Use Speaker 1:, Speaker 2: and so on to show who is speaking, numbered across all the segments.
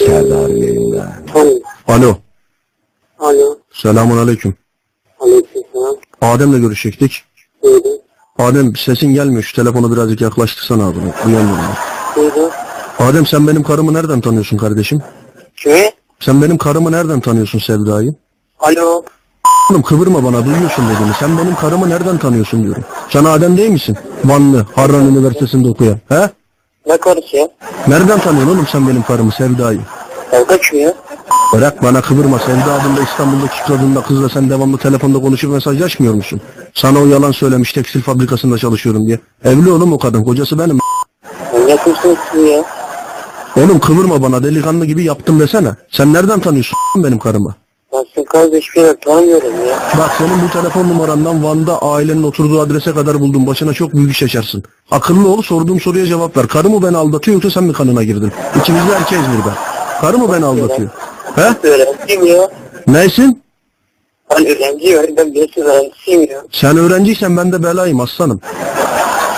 Speaker 1: Beyler yayında.
Speaker 2: Efendim,
Speaker 1: Alo.
Speaker 2: alo,
Speaker 1: Selamun aleyküm.
Speaker 2: aleykümselam,
Speaker 1: Adem'le görüşecektik.
Speaker 2: buyurun,
Speaker 1: Adem sesin gelmiyor. Şu telefonu birazcık yaklaştırsana abi. Duyamıyorum.
Speaker 2: buyurun.
Speaker 1: Adem sen benim karımı nereden tanıyorsun kardeşim?
Speaker 2: Kimi?
Speaker 1: Sen benim karımı nereden tanıyorsun Sevda'yı?
Speaker 2: Alo,
Speaker 1: Oğlum kıvırma bana duyuyorsun dediğini. Sen benim karımı nereden tanıyorsun diyorum. Sen Adem değil misin? Vanlı, Harran Üniversitesi'nde okuyan. He?
Speaker 2: ne konuşuyor?
Speaker 1: Nereden tanıyorsun oğlum sen benim karımı Sevda'yı?
Speaker 2: Kavga çıkıyor.
Speaker 1: Bırak bana kıvırma. Sevda adında İstanbul'daki kadınla kızla sen devamlı telefonda konuşup mesajlaşmıyor musun? Sana o yalan söylemiş tekstil fabrikasında çalışıyorum diye. Evli oğlum o kadın. Kocası benim.
Speaker 2: Manyak mısınız siz ya?
Speaker 1: Oğlum kıvırma bana delikanlı gibi yaptım desene. Sen nereden tanıyorsun benim karımı?
Speaker 2: Ben sizin kardeş bir yer tanımıyorum ya.
Speaker 1: Bak senin bu telefon numarandan Van'da ailenin oturduğu adrese kadar buldum. Başına çok büyük iş açarsın. Akıllı ol sorduğum soruya cevap ver. Karı mı beni aldatıyor yoksa sen mi kanına girdin? İkimiz de erkeğiz burada. Karı mı beni aldatıyor? He?
Speaker 2: Öğrenciyim ya.
Speaker 1: Neysin?
Speaker 2: Ben öğrenciyim, ben biliyorsunuz öğrencisiyim ya.
Speaker 1: Sen öğrenciysen ben de belayım aslanım.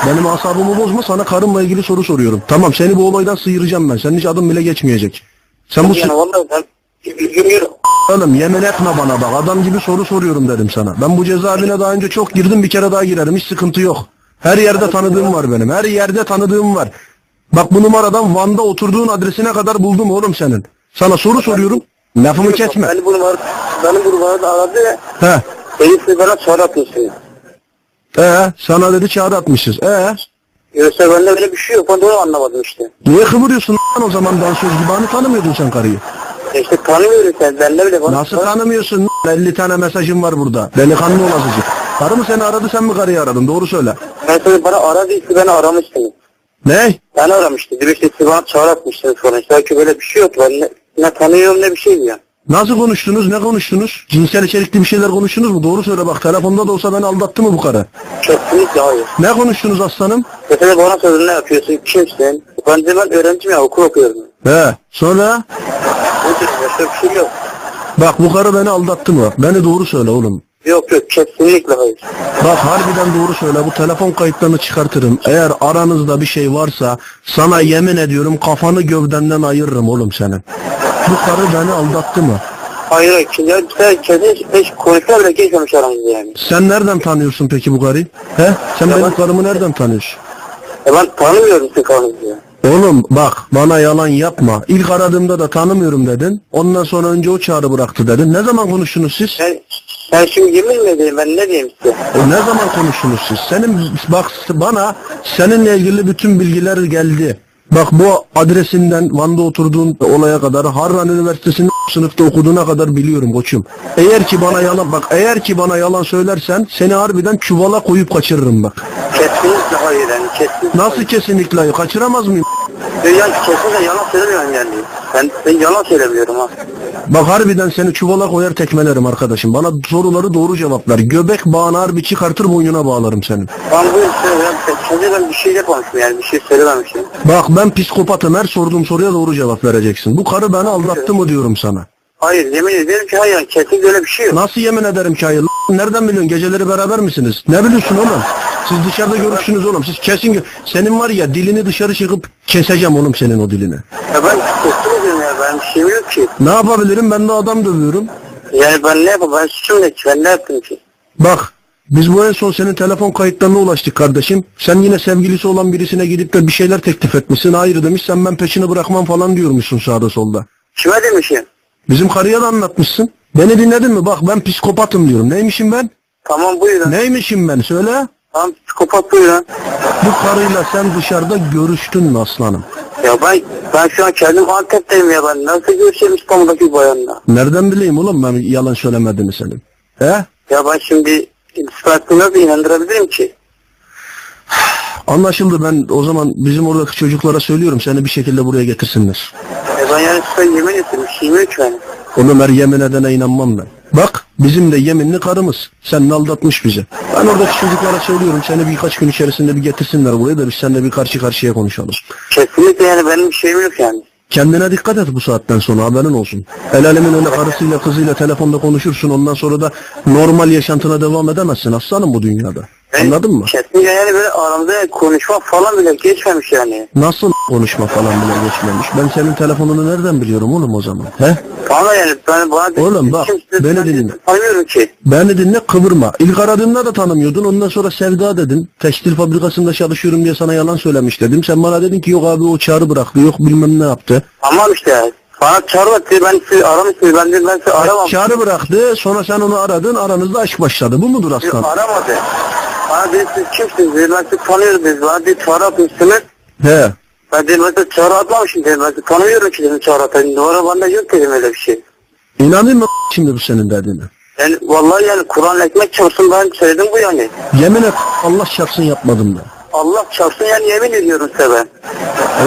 Speaker 1: Benim asabımı bozma sana karımla ilgili soru soruyorum. Tamam seni bu olaydan sıyıracağım ben. Senin hiç adın bile geçmeyecek. Sen bu
Speaker 2: Yani vallahi ben bir bilgim yok.
Speaker 1: Oğlum yemin etme bana bak adam gibi soru soruyorum dedim sana. Ben bu cezaevine daha önce çok girdim bir kere daha girerim hiç sıkıntı yok. Her yerde tanıdığım var benim her yerde tanıdığım var. Bak bu numaradan Van'da oturduğun adresine kadar buldum oğlum senin. Sana soru soruyorum lafımı kesme.
Speaker 2: Beni bunu var, beni bunu var da aradı ya.
Speaker 1: He.
Speaker 2: Beni siz bana sonra atmışsınız.
Speaker 1: Ee, sana dedi çağrı atmışız. Ee,
Speaker 2: Yoksa bende böyle bir şey yok, ben de onu anlamadım işte.
Speaker 1: niye kıvırıyorsun lan o zaman dansöz gibi hani tanımıyordun sen karıyı?
Speaker 2: Ya İşte tanımıyorum sen, bende bile bana.
Speaker 1: Nasıl tanımıyorsun? 50 tane mesajım var burada. Delikanlı olasıcık. Karı mı seni aradı sen mi karıyı aradın doğru söyle.
Speaker 2: Ben size bana aradı, siz beni aramışsınız.
Speaker 1: Ne?
Speaker 2: Ben aramıştı. Direkt sizi bana çağrı atmıştınız sonra. Sanki böyle bir şey yok. Ben ne, ne tanıyorum ne bir şey ya.
Speaker 1: Nasıl konuştunuz? Ne konuştunuz? Cinsel içerikli bir şeyler konuştunuz mu? Doğru söyle bak telefonda da olsa beni aldattı mı bu karı?
Speaker 2: Kesinlikle hayır.
Speaker 1: Ne konuştunuz aslanım?
Speaker 2: Mesela bana sordun ne yapıyorsun? Kimsin? Ben de ben öğrenciyim ya okul okuyorum.
Speaker 1: He. Sonra
Speaker 2: O tür başka bir şey yok.
Speaker 1: bak bu karı beni aldattı mı? Beni doğru söyle oğlum.
Speaker 2: Yok yok kesinlikle hayır.
Speaker 1: Bak harbiden doğru söyle bu telefon kayıtlarını çıkartırım. Eğer aranızda bir şey varsa sana yemin ediyorum kafanı gövdenden ayırırım oğlum senin. Bu karı beni aldattı mı?
Speaker 2: Hayır hayır. Şimdi ya sen kesin hiç konuşma bile geçmemiş aramızda yani.
Speaker 1: Sen nereden tanıyorsun peki bu karıyı? He? Sen
Speaker 2: Ya
Speaker 1: benim
Speaker 2: bak-
Speaker 1: karımı nereden tanıyorsun?
Speaker 2: E ben tanımıyorum sizin karınızı ya.
Speaker 1: Oğlum bak bana yalan yapma. İlk aradığımda da tanımıyorum dedin. Ondan sonra önce o çağrı bıraktı dedin. Ne zaman konuştunuz siz?
Speaker 2: Sen, sen şimdi yemin mi edeyim ben ne diyeyim size?
Speaker 1: E, ne zaman konuştunuz siz? Senin bak bana seninle ilgili bütün bilgiler geldi. Bak bu adresinden Van'da oturduğun olaya kadar Harran Üniversitesi'nin sınıfta okuduğuna kadar biliyorum koçum. Eğer ki bana yalan bak eğer ki bana yalan söylersen seni harbiden çuvala koyup kaçırırım bak.
Speaker 2: Kesinlikle hayır yani kesinlikle
Speaker 1: Nasıl kesinlikle kaçıramaz mıyım?
Speaker 2: hayır. Yani kesinlikle yalan söylemiyorum yani. Ben, ben yalan söylemiyorum ha.
Speaker 1: Bak harbiden seni çuvala koyar tekmelerim arkadaşım. Bana soruları doğru cevap ver. Göbek bağını harbi çıkartır boynuna bağlarım senin.
Speaker 2: Ben bu Instagram ben bir şeyle konuştum yani bir şey söylememişim.
Speaker 1: Bak ben psikopatım her sorduğum soruya doğru cevap vereceksin. Bu karı beni aldattı mı diyorum sana.
Speaker 2: Hayır yemin ederim ki hayır kesin böyle bir şey yok.
Speaker 1: Nasıl yemin ederim ki hayır? Lan Nereden biliyorsun? Geceleri beraber misiniz? Ne biliyorsun oğlum? Siz dışarıda görüşsünüz oğlum. Siz kesin gö- senin var ya dilini dışarı çıkıp keseceğim oğlum senin o dilini.
Speaker 2: Ya ben kesin ediyorum ya ben bir şeyim yok ki.
Speaker 1: Ne yapabilirim? Ben de adam dövüyorum.
Speaker 2: Yani ben ne yapayım ben suçum ne ki ben ne yaptım ki?
Speaker 1: Bak biz bu en son senin telefon kayıtlarına ulaştık kardeşim. Sen yine sevgilisi olan birisine gidip de bir şeyler teklif etmişsin. Hayır demiş sen ben peşini bırakmam falan diyormuşsun sağda solda.
Speaker 2: Kime demişim?
Speaker 1: Bizim karıya da anlatmışsın. Beni dinledin mi? Bak ben psikopatım diyorum. Neymişim ben?
Speaker 2: Tamam buyurun.
Speaker 1: Neymişim ben? Söyle.
Speaker 2: Tamam psikopat buyurun.
Speaker 1: Bu karıyla sen dışarıda görüştün mü aslanım?
Speaker 2: Ya ben ben şu an kendim Antep'teyim ya ben nasıl görüşeyim İstanbul'daki bayanla?
Speaker 1: Nereden bileyim oğlum ben yalan söylemediğini senin? He?
Speaker 2: Ya ben şimdi ispatını nasıl inandırabilirim ki?
Speaker 1: Anlaşıldı ben o zaman bizim oradaki çocuklara söylüyorum seni bir şekilde buraya getirsinler.
Speaker 2: Ya E ben yani size yemin ettim bir şeyim yok yani.
Speaker 1: Oğlum her yemin edene inanmam ben. Bak bizim de yeminli karımız. Sen ne aldatmış bizi. Ben oradaki çocuklara söylüyorum seni birkaç gün içerisinde bir getirsinler buraya da biz seninle bir karşı karşıya konuşalım.
Speaker 2: Kesinlikle yani benim bir şeyim yok yani.
Speaker 1: Kendine dikkat et bu saatten sonra haberin olsun. El alemin öyle karısıyla kızıyla telefonda konuşursun ondan sonra da normal yaşantına devam edemezsin aslanım bu dünyada. Anladın mı?
Speaker 2: Kesinlikle yani böyle aramızda konuşma falan bile geçmemiş yani.
Speaker 1: Nasıl konuşma falan bile geçmemiş. Ben senin telefonunu nereden biliyorum oğlum o zaman? He?
Speaker 2: Tamam da yani ben bana
Speaker 1: Oğlum bak,
Speaker 2: kimse-
Speaker 1: beni
Speaker 2: ben
Speaker 1: dinle.
Speaker 2: Tanımıyorum ki.
Speaker 1: Beni dinle kıvırma. İlk aradığımda da tanımıyordun. Ondan sonra Sevda dedin. Tekstil fabrikasında çalışıyorum diye sana yalan söylemiş dedim. Sen bana dedin ki yok abi o çağrı bıraktı. Yok bilmem ne yaptı.
Speaker 2: Tamam işte. Bana çağırma diye ben sizi aramışsınız. Ben dedim ben sizi aramam.
Speaker 1: Çağrı bıraktı. Sonra sen onu aradın. Aranızda aşk başladı. Bu mudur
Speaker 2: Sizi
Speaker 1: aslan?
Speaker 2: aramadı. Bana dedi siz kimsiniz dedi. Ben sizi tanıyorum dedi. Bana dedi çağrı atmışsınız.
Speaker 1: He.
Speaker 2: Ben dedim ben sizi çağrı atmamışım dedim. Ben sizi tanımıyorum ki dedim çağrı atayım. Doğru bende yok dedim öyle bir şey.
Speaker 1: İnanayım mı şimdi bu senin dediğine?
Speaker 2: Yani vallahi yani Kur'an ekmek çarpsın ben söyledim bu yani.
Speaker 1: Yemin et Allah şahsın yapmadım ben.
Speaker 2: Allah çarpsın yani yemin ediyorum size ben.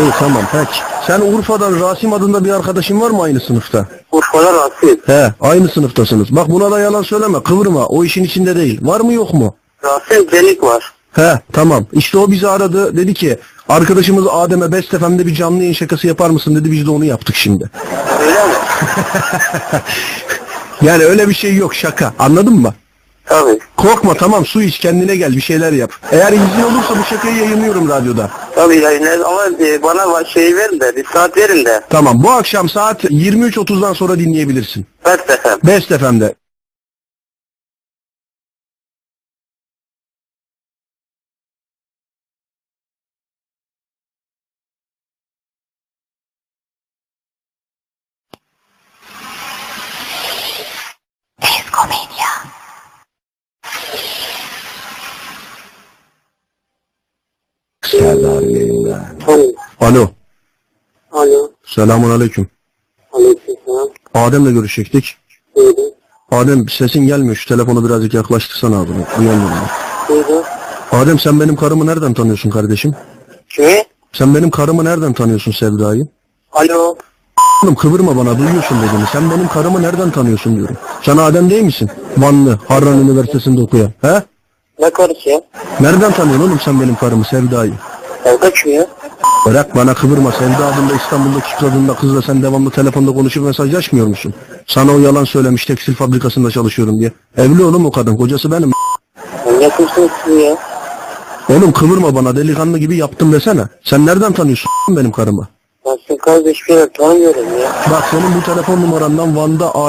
Speaker 1: İyi tamam pek. Sen Urfa'dan Rasim adında bir arkadaşın var mı aynı sınıfta?
Speaker 2: Urfa'da rahatsız.
Speaker 1: He aynı sınıftasınız. Bak buna da yalan söyleme kıvırma o işin içinde değil. Var mı yok mu?
Speaker 2: Rahatsız delik var.
Speaker 1: He tamam işte o bizi aradı dedi ki arkadaşımız Adem'e Best FM'de bir canlı yayın şakası yapar mısın dedi biz de onu yaptık şimdi.
Speaker 2: Öyle mi?
Speaker 1: Yani öyle bir şey yok şaka anladın mı?
Speaker 2: Tabii.
Speaker 1: Korkma tamam su iç kendine gel bir şeyler yap. Eğer izin olursa bu şakayı yayınlıyorum radyoda.
Speaker 2: Tabii yayınlar ama e, bana var- şey verin de bir saat verin de.
Speaker 1: Tamam bu akşam saat 23.30'dan sonra dinleyebilirsin.
Speaker 2: Ben efendim.
Speaker 1: Best FM'de. Serdar yayında.
Speaker 2: Tabii.
Speaker 1: Alo.
Speaker 2: Alo.
Speaker 1: Selamun aleyküm.
Speaker 2: Aleyküm selam.
Speaker 1: Adem'le görüşecektik.
Speaker 2: Buyurun.
Speaker 1: Adem sesin gelmiyor. Şu telefonu birazcık yaklaştırsana abi. Uyandım ben.
Speaker 2: Buyurun.
Speaker 1: Adem sen benim karımı nereden tanıyorsun kardeşim?
Speaker 2: Kimi?
Speaker 1: Sen benim karımı nereden tanıyorsun Sevda'yı?
Speaker 2: Alo.
Speaker 1: Oğlum kıvırma bana duyuyorsun dediğini. Sen benim karımı nereden tanıyorsun diyorum. Sen Adem değil misin? Vanlı, Harran Üniversitesi'nde okuyan. He?
Speaker 2: Ne karısı ya?
Speaker 1: Nereden tanıyorsun oğlum sen benim karımı Sevda'yı?
Speaker 2: Kavga kim ya?
Speaker 1: Bırak bana kıvırma. Sevda adında İstanbul'daki kadınla kızla sen devamlı telefonda konuşup mesajlaşmıyor musun? Sana o yalan söylemiş tekstil fabrikasında çalışıyorum diye. Evli oğlum o kadın. Kocası benim.
Speaker 2: Ne kimsiniz siz ya?
Speaker 1: Oğlum kıvırma bana delikanlı gibi yaptım desene. Sen nereden tanıyorsun benim karımı?
Speaker 2: Ben sizin kardeş bir tanımıyorum ya.
Speaker 1: Bak senin bu telefon numarandan Van'da aile